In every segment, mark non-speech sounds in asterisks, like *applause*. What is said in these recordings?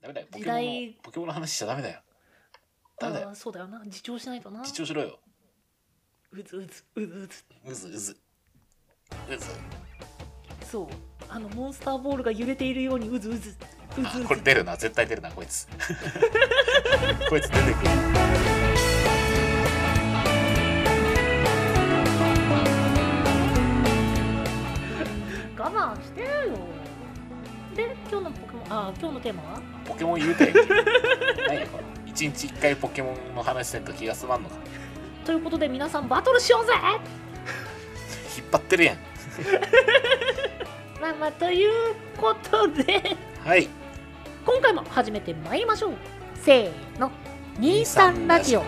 ダメだよ。ポケ時モン代の、ポケモンの話しちゃダメだよ。ダメだよ。あーそうだよな自重しないとな自重しろよ。うずうずうずうずうずうず。うず。そうあのモンスターボールが揺れているようにうずうずうずあうこれず出るな。絶対出るな、こいつ。 *laughs* こいつ出てくる。我慢してよで今日のポケモンあ今日のテーマはポケモン言うてんけ何やこれ。一日一回ポケモンの話せんと気が済まんのか。ということで皆さんバトルしようぜ引っ張ってるやん。まあまあということではい。今回も始めてまいりましょうせーの23ラジオ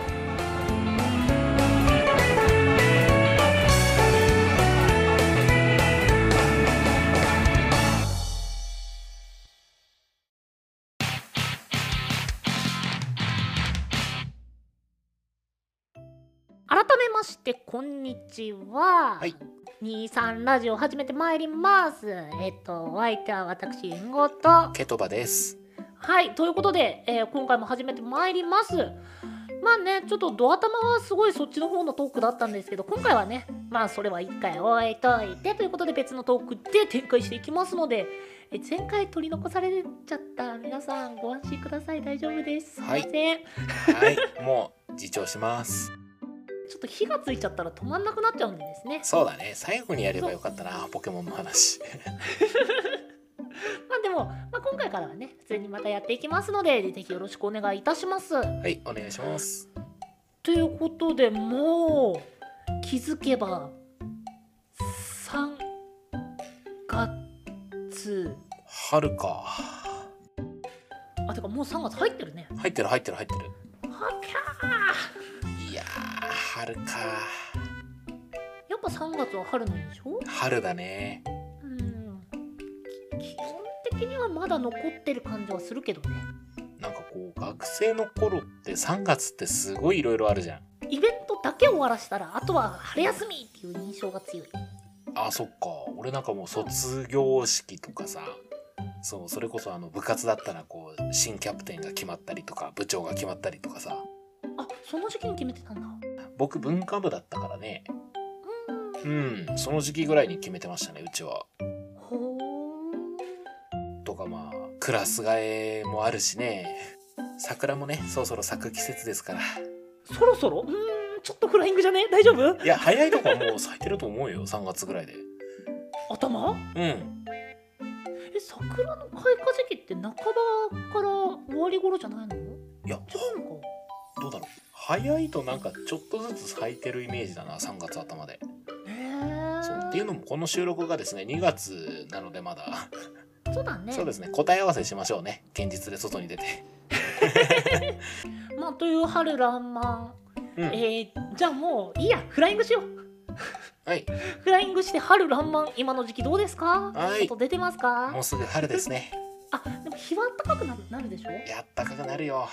改めましてこんにちは、はい23ラジオ始めてまいりますえっとお相手は私りんごとケトバです。はい、ということで、えー今回も始めてまいります。まあね、ちょっとドア玉はすごいそっちの方のトークだったんですけど、今回はね、まあそれは一回置いといてということで別のトークで展開していきますので、えー前回取り残されちゃった皆さんご安心ください。大丈夫です。すいまはいせん。はい。もう、自重します。ちょっと火がついちゃったら止まんなくなっちゃうんでですね。そうだね。最後にやればよかったな、ポケモンの話。まあでも、まあ、今回からはね、普通にまたやっていきますので、ぜひよろしくお願いいたします。はい、お願いします。ということでもう気づけば3月春か。あてかもう3月入ってるね入ってる入ってる入ってる。はっきゃいやー、春か。ーやっぱ3月は春なんでしょ春だね。うんき基本的にはまだ残ってる感じはするけどねなんかこう、学生の頃って3月ってすごいいろいろあるじゃん。イベントだけ終わらしたらあとは春休みっていう印象が強いあ、そっか。俺なんかもう卒業式とかさ。そう、それこそあの部活だったらこう、新キャプテンが決まったりとか、部長が決まったりとかさ。あその時期に決めてたんだ僕文化部だったからね。うんうん、その時期ぐらいに決めてましたね、うちは。ほとかまあ、クラス替えもあるしね。桜もね、そろそろ咲く季節ですから。ーそろそろうーんちょっとフライングじゃね大丈夫いや早いとこはもう咲いてると思うよ3月ぐらいで頭うんえ桜の開花時期って半ばから終わり頃じゃないの違いやうのかどうだろう早いとなんかちょっとずつ咲いてるイメージだな3月頭でへえそうっていうのもこの収録がですね2月なのでまだそうだねそうですね答え合わせしましょうね現実で外に出てまあという春らんまうんんえー、じゃあもういいやフライングしよう *laughs* はいフライングして春らんまん今の時期どうですかはい外出てますもかうすぐ春ですねあでも日は暖かくなるなるでしょいやあったかくなるよ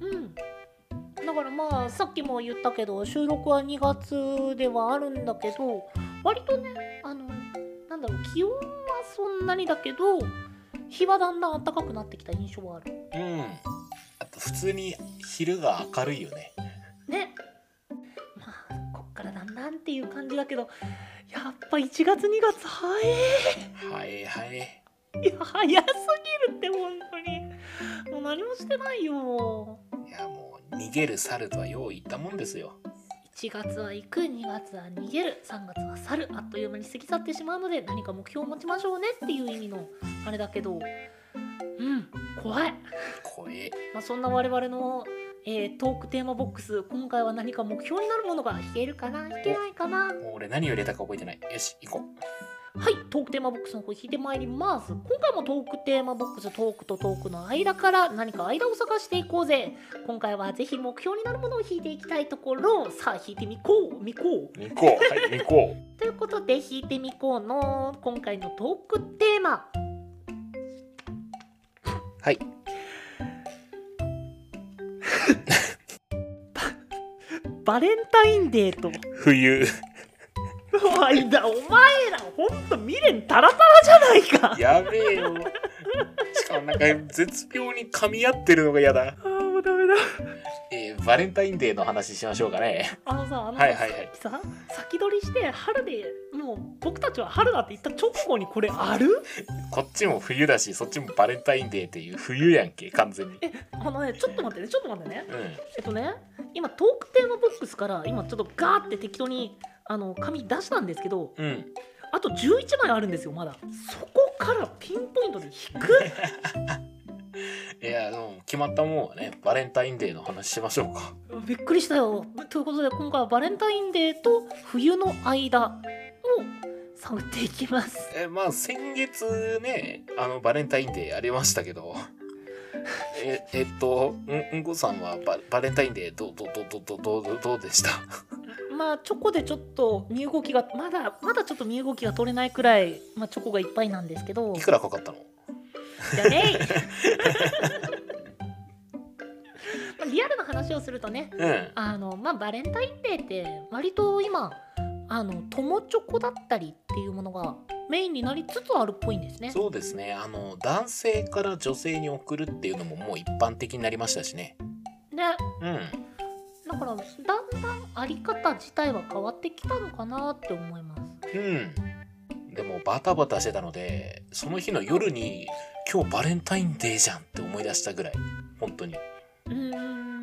うんだからまあさっきも言ったけど収録は2月ではあるんだけど割とねあのなんだろう気温はそんなにだけど日はだんだん暖かくなってきた印象はあるうんあと普通に昼が明るいよねねまあこっからだんだんっていう感じだけどやっぱ1月2月早いはいはいいや早すぎるって本当にもう何もしてないよいやもう逃げる猿とはよう言ったもんですよ1月は行く2月は逃げる3月は去るあっという間に過ぎ去ってしまうので何か目標を持ちましょうねっていう意味のあれだけどうん怖い、怖えまあ、そんな我々の、えートークテーマボックス今回は何か目標になるものが弾けるかな弾けないかなはいもう俺何を入れたか覚えてないよし行こうトークテーマボックスの方弾いてまいります今回もトークテーマボックストークとトークの間から何か間を探していこうぜ今回はぜひ目標になるものを弾いていきたいところさあ弾いてみこうみこうみこう、はい、みこう。ということで弾いてみこうの今回のトークテーマはい。バレンタインデーと冬。 *laughs* おいだお前らほんと未練タラタラじゃないかやべえよ。しそうなんか絶妙に噛み合ってるのが嫌だ。あーもうダメだえーバレンタインデーの話しましょうかね。あのさあのさ、はいはいはい。さ先取りして春でもう僕たちは春だって言った直後にこれあるこっちも冬だし、そっちもバレンタインデーっていう冬やんけ、完全に。えあのねちょっと待ってねちょっと待ってねうん。えっとね今トークテーマボックスから今ちょっとガーって適当にあの紙出したんですけどうん。あと11枚あるんですよまだそこからピンポイントで引くいや、でも決まったもんはね、バレンタインデーの話しましょうか。びっくりしたよということで今回はバレンタインデーと冬の間を探っていきますえーまあ先月ね、あの、バレンタインデーありましたけど、え、えっと、うん、うんこさんはババレンタインデーどう、どう、どう、どう、どう、どうどうでしたまあチョコでちょっと身動きがまだまだちょっと身動きが取れないくらい、まあ、チョコがいっぱいなんですけどいくらかかったのじゃねえ *laughs* まあリアルな話をするとねうん。あのまあバレンタインデーって割と今あの友チョコだったりっていうものがメインになりつつあるっぽいんですね。そうですね。あの、男性から女性に送るっていうのももう一般的になりましたしね。ねうん。だからだんだんあり方自体は変わってきたのかなって思います。うん。でもバタバタしてたので、その日の夜に今日バレンタインデーじゃんって思い出したぐらい。本当に。うーん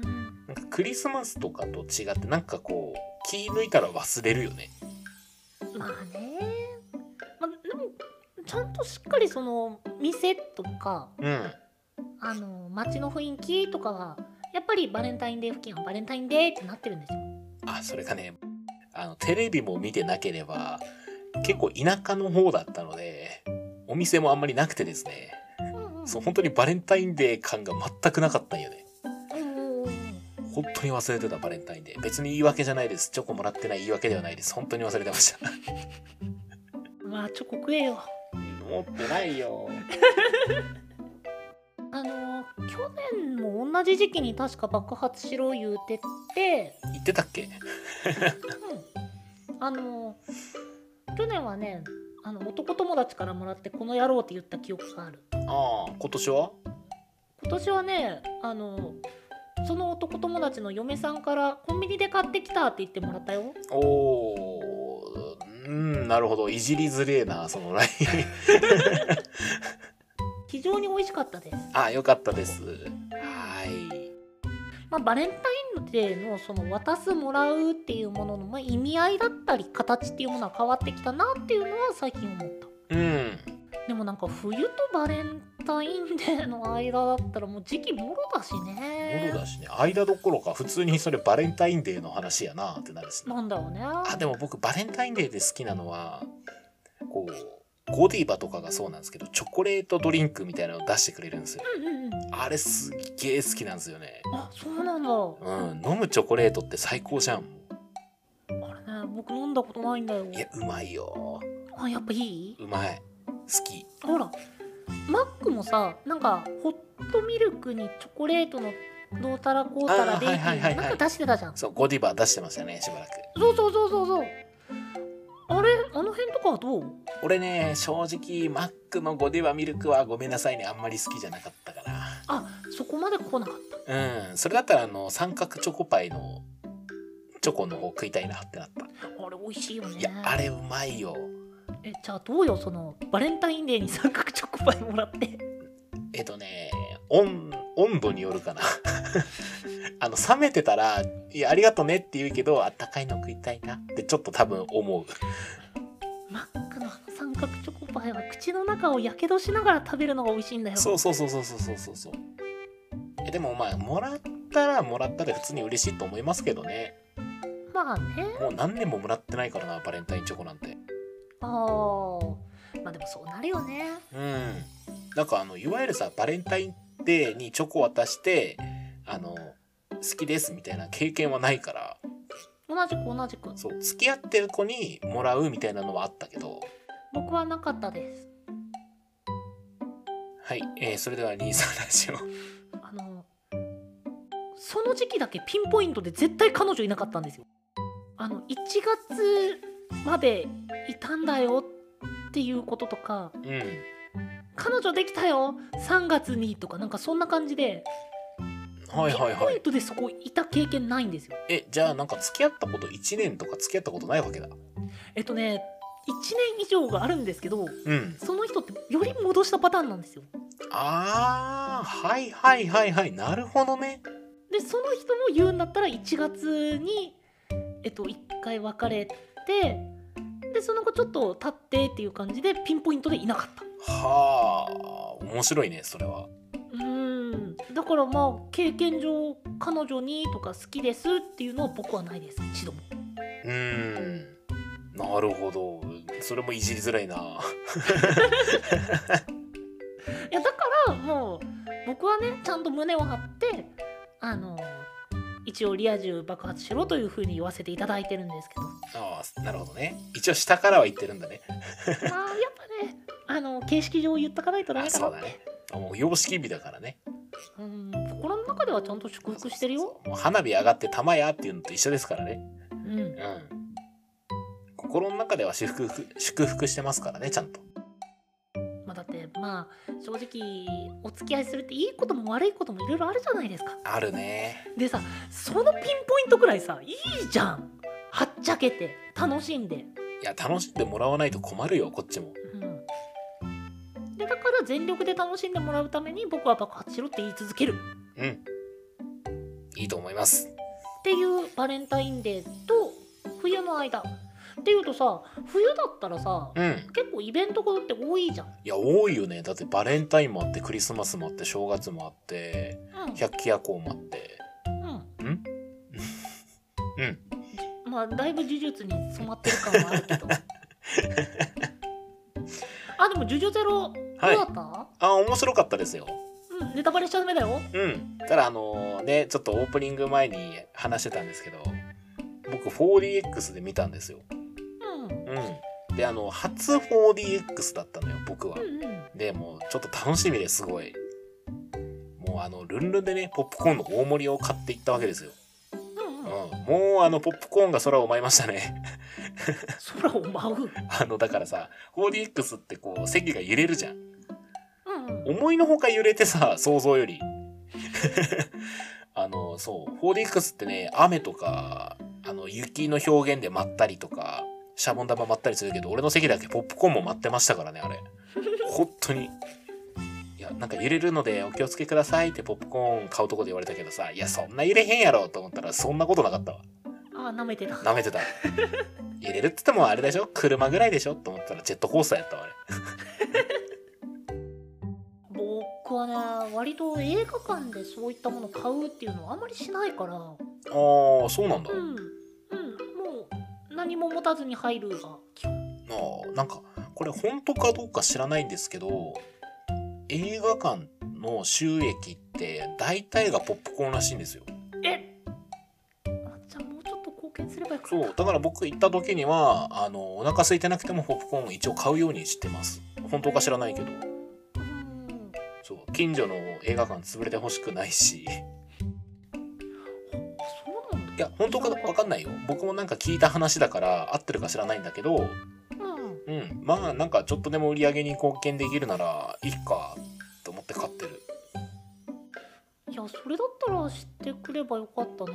なんかクリスマスとかと違ってなんかこう、気抜いたら忘れるよね。まあねまあでもちゃんとしっかりその店とかうん。あの街の雰囲気とかはやっぱりバレンタインデー付近はバレンタインデーってなってるんですよ。あ、それがね、あの、テレビも見てなければ、結構田舎の方だったので、お店もあんまりなくてですね。うんうんそう、本当にバレンタインデー感が全くなかったんよね。うんうんうん本当に忘れてたバレンタインデー。別に言い訳じゃないです。チョコもらってない言い訳ではないです。本当に忘れてました。まあチョコ食えよ持ってないよ。あのー去年も同じ時期に確か爆発しろ言うてって、言ってたっけうん、あのー去年はねあの男友達からもらってこの野郎って言った記憶があるああ、今年は今年はねあのーその男友達の嫁さんからコンビニで買ってきたって言ってもらったよおおー、うん、なるほど。いじりづれえな、その *laughs* ライン。非常に美味しかったですああ、よかったです。はい。まあバレンタインデーのその渡すもらうっていうものの、まあ、意味合いだったり形っていうものは変わってきたなっていうのは最近思ったうん。でもなんか冬とバレンタインデーの間だったらもう時期もろだしもねのだしね、間どころか普通にそれバレンタインデーの話やなってなるしね。なんだよねあ、でも僕バレンタインデーで好きなのは、こう、ゴディバとかがそうなんですけど、チョコレートドリンクみたいなのを出してくれるんですよ。うんうんうんあれすっげえ好きなんですよね。あそうなんだあうん、飲むチョコレートって最高じゃん。れね僕飲んだことないんだよいや、うまいよ。あやっぱいいうまい。好き。ほらマックもさなんかホットミルクにチョコレートのどうたらこうたらあーでってはいはいはいいうはいなんか出してたじゃんそう、ゴディバ出してましたね、しばらく。そうそうそうそうそうあれあの辺とかはどう俺ね、正直、マックのゴディバミルクはごめんなさいね、あんまり好きじゃなかったかあそこまで来なかっな。うん、それだったら、あの、三角チョコパイのチョコの方食いたいなってなった。たあれ美味しいよねいや、あれうまいよ。えじゃあどうよそのバレンタインデーに三角チョコパイもらって *laughs* えっとね、温、温度によるかな。 *laughs* あの、冷めてたら、いや、ありがとねって言うけど、あったかいの食いたいなってちょっと多分思う。マックのあの三角チョコパイは口の中をやけどしながら食べるのが美味しいんだよそうそうそうそうそうそうそうそうえでもまあもらったらもらったで普通に嬉しいと思いますけどねまあねもう何年ももらってないからなバレンタインチョコなんてあーまあでもそうなるよねうんなんかあのいわゆるさバレンタインデーにチョコ渡してあの好きですみたいな経験はないから同じく同じくそう付き合ってる子にもらうみたいなのはあったけど僕はなかったですはい、えーそれでは兄さんラジオあのその時期だけピンポイントで絶対彼女いなかったんですよあの1月までいたんだよっていうこととかうん彼女できたよ3月にとかなんかそんな感じではいはいポはインいトでそこいた経験ないんですよえじゃあなんか付き合ったこと1年とか付き合ったことないわけだえっとね1年以上があるんですけどうんその人ってより戻したパターンなんですよあーはいはいはいはいなるほどねでその人も言うんだったら1月に、えっと、1回別れてでその後ちょっと経ってっていう感じでピンポイントでいなかったはあ面白いねそれはうーんだからまあ経験上彼女にとか好きですっていうのは僕はないです一度もうーんなるほどそれもいじりづらいないやだからもう僕はねちゃんと胸を張ってあの一応リア充爆発しろというふうに言わせていただいてるんですけ *laughs* どああなるほどね一応下からは言ってるんだねまあやっぱねあの形式上言っとかないとダメあかそうなだねあもう様式美だからねうん心の中ではちゃんと祝福してるよもう花火上がって玉やっていうのと一緒ですからねうんうん心の中では祝福祝福してますからねちゃんとまあだってまあ正直お付き合いするっていいことも悪いこともいろいろあるじゃないですかあるねでさそのピンポイントくらいさいいじゃんはっちゃけて楽しんで、いや楽しんでもらわないと困るよこっちもうん、でだから全力で楽しんでもらうために僕は爆発しろって言い続けるうんいいと思いますっていうバレンタインデーと冬の間っていうとさ冬だったらさうん結構イベントことって多いじゃん、いや多いよねだってバレンタインもあってクリスマスもあって正月もあってう百鬼夜行もあってんうん *laughs* うんまあだいぶ呪術に染まってる感はある *laughs* けどあでも「呪術ゼロ」どうはいだった、あ面白かったですようん、ネタバレしちゃダメだようんただあのねちょっとオープニング前に話してたんですけど僕 4DX で見たんですようんうんであの初 4DX だったのよ僕はうんうんでもうちょっと楽しみですごいもうあのルンルンでねポップコーンの大盛りを買っていったわけですよ、うんうん、うん、もうあのポップコーンが空を舞いましたね *laughs* 空を舞う。あの、だからさ、4DX ってこう、席が揺れるじゃうん。んうん、思いのほか揺れてさ、想像より。 *laughs* あの、そう、4DX ってね、雨とか、あの、雪の表現で舞ったりとか、シャボン玉舞ったりするけど、俺の席だけポップコーンも舞ってましたからね、あれ。本当に。いや、なんか揺れるのでお気をつけくださいってポップコーン買うとこで言われたけどさ、いや、そんな揺れへんやろと思ったら、そんなことなかったわ。あ、舐めてた。舐めてた。揺れるって言ってもあれでしょ車ぐらいでしょと思ったらジェットコースターやったわ、あれ。僕はね、割と映画館でそういったもの買うっていうのはあんまりしないから。うああそうなんだ、ん、うん、もう何も持たずに入るが基本。あーなんかこれ本当かどうか知らないんですけど映画館の収益って大体がポップコーンらしいんですよえ。あ、じゃあもうちょっと貢献すればよかっそうだから僕行った時にはあのお腹空いてなくてもポップコーンを一応買うようにしてます本当か知らないけどた。うん。そう近所の映画館潰れてほしくないしいあそうなんだ。や本当か分かんないよ僕もなんか聞いた話だから合ってるか知らないんだけどうん。うんまあなんかちょっとでも売り上げに貢献できるならいいかと思って買ってるいや、それだったら知ってくればよかったな。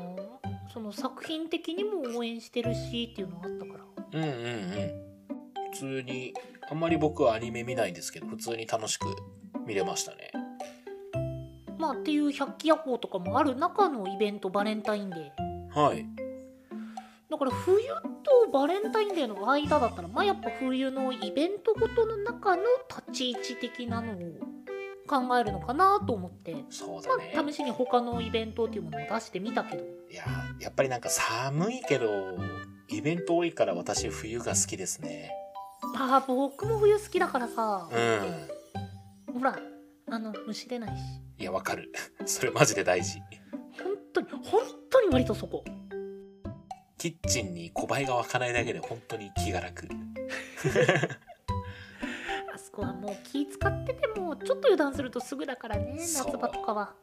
その作品的にも応援してるしっていうのがあったから。うんうんうん普通にあんまり僕はアニメ見ないんですけど普通に楽しく見れましたねまあっていう百鬼夜行とかもある中のイベントバレンタインデーはいだから冬とバレンタインデーの間だったらまあやっぱ冬のイベントごとの中の立ち位置的なのを考えるのかなと思って、そうだねまあ、試しに他のイベントっていうものを出してみたけどいややっぱりなんか寒いけどイベント多いから私冬が好きですねまあ僕も冬好きだからさう、んほらあの虫出ないしいやわかる *laughs* それマジで大事本当に本当に割とそこキッチンに小バエが湧かないだけで本当に気が楽あそこはもう気使っててもちょっと油断するとすぐだからねそう夏場とかは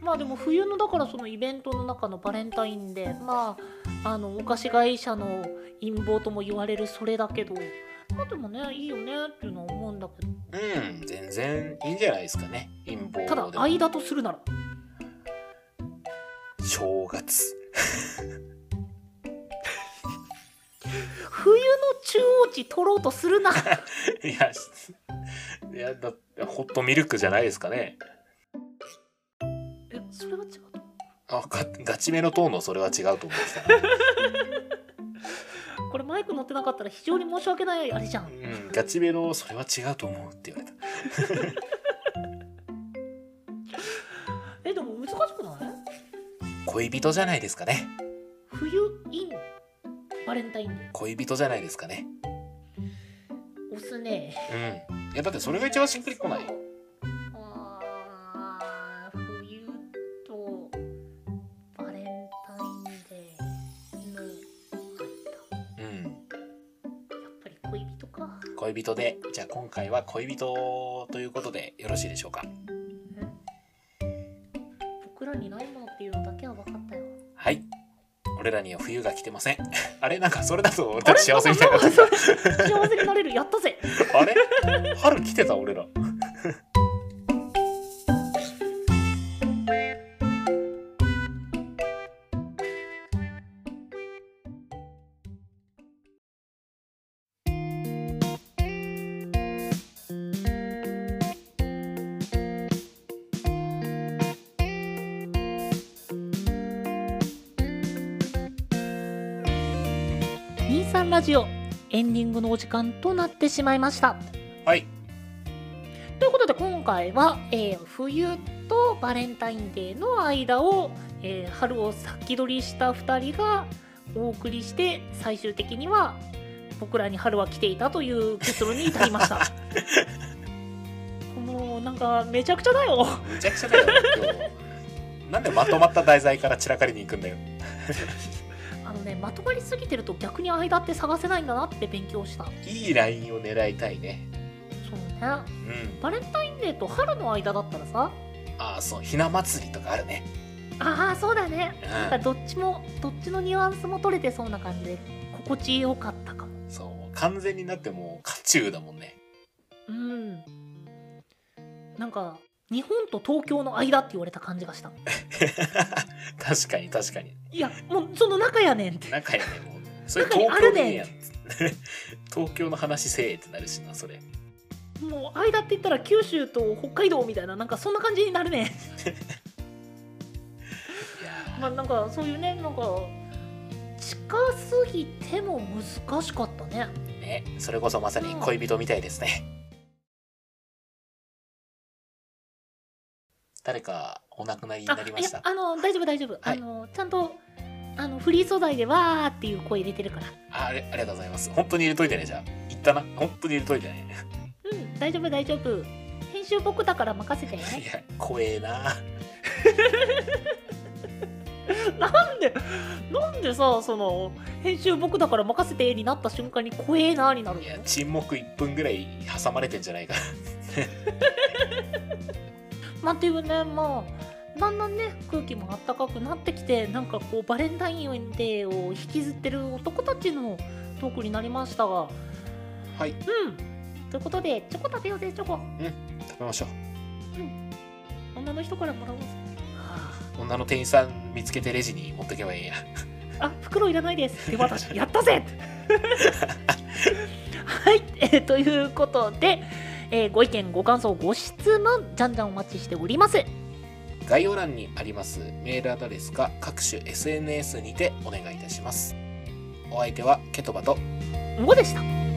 まあでも冬のだからそのイベントの中のバレンタインでまああのお菓子会社の陰謀とも言われるそれだけどまあでもねいいよねっていうのは思うんだけどうん、全然いいんじゃないですかね。陰謀ただでも間とするなら正月。 *laughs* 冬の中央値取ろうとするな *laughs* いや、しいやだってホットミルクじゃないですかね。えそれは違うとあガガチめのトーンのそれは違うと思ってた。これマイク乗ってなかったら非常に申し訳ないあれじゃんうん、ガチめのそれは違うと思うって言われた。えでも難しくない恋人じゃないですかね。冬インバレンタインデー恋人じゃないですかね。押すねうん。いや、だってそれが一番しっくりこない。あー冬とバレンタインデーの間うん。やっぱり恋人か恋人で、じゃあ今回は恋人ということでよろしいでしょうか。僕らにないものっていうのだけは分かったよはい。俺らには冬が来てません。 *laughs* あれなんかそれだと俺たち幸せみたいな。幸せになれるやった *laughs* ぜあれ春来てた俺ら。 23ラジオエンディングのお時間となってしまいましたはい。ということで今回は、えー冬とバレンタインデーの間を、えー春を先取りした2人がお送りして最終的には僕らに春は来ていたという結論に至りました *laughs* もうなんかめちゃくちゃだよむちゃくちゃだよ、今日。なんでまとまった題材から散らかりに行くんだよ。あのねまとまりすぎてると逆に間って探せないんだなって勉強したそいいラインを狙いたいね。うねうん。バレンタインデーと春の間だったらさああ、そう、ひな祭りとかあるね。ああそうだねうんなん *laughs* かどっちもどっちのニュアンスも取れてそうな感じで心地よかったかもそう、完全になってもう、家中だもんね。 *laughs* うんなんか日本と東京の間って言われた感じがした確かに確かに。いやもうその中やねんって仲やね、もう。それ中に東あ京るでねいいやん。 *laughs* 東京の話せえってなるしな、それ。もう間って言ったら九州と北海道みたいななんかそんな感じになるねん *laughs* いやまあなんかそういうねなんか近すぎても難しかったねー、ね、それこそまさに恋人みたいですね。誰かお亡くなりになりましあたい。やあの大丈夫大丈夫、はいあのちゃんとあのフリー素材でわーっていう声入れてるからああれありがとうございます。本当に入れといてね、じゃあ。言ったな。本当に入れといてね。うん大丈夫大丈夫編集僕だから任せていや、怖えな。なんでなんでさその編集僕だから任せてになった瞬間に怖えなーになるいのや、沈黙1分ぐらい挟まれてんじゃないか。まあっていうねまあだんだんね空気も暖かくなってきてなんかこうバレンタインデーを引きずってる男たちのトークになりましたがはい、うんということでチョコ食べようぜチョコ食べましょう。女の人からもらおうぜ女の店員さん見つけてレジに持ってけばいいや。 *laughs* あ袋いらないです。で私やったぜはい、えーということで、えーご意見ご感想ご質問じゃんじゃんお待ちしております。概要欄にありますメールアドレスか各種 SNS にてお願いいたします。お相手はケトバともでした。